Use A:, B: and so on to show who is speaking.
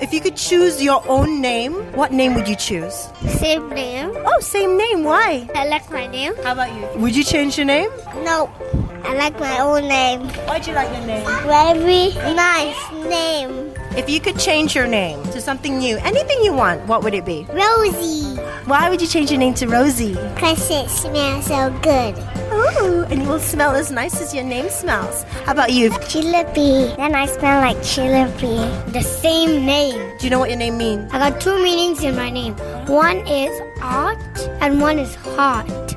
A: If you could choose your own name, what name would you choose?
B: Same name.
A: Oh, same name. Why?
B: I like my name.
A: How about you? Would you change your name?
B: No. I like my own name.
A: Why'd you like your name?
B: Very nice name.
A: If you could change your name to something new, anything you want, what would it be?
B: Rosie.
A: Why would you change your name to Rosie?
B: Because it smells so good.
A: Ooh, Oh, and you will smell as nice as your name smells. How about you? Do
B: Chilapi. Then I smell like chilapi. The same name.
A: you know what your name means?
B: I got two meanings in my name. One is art and one is heart.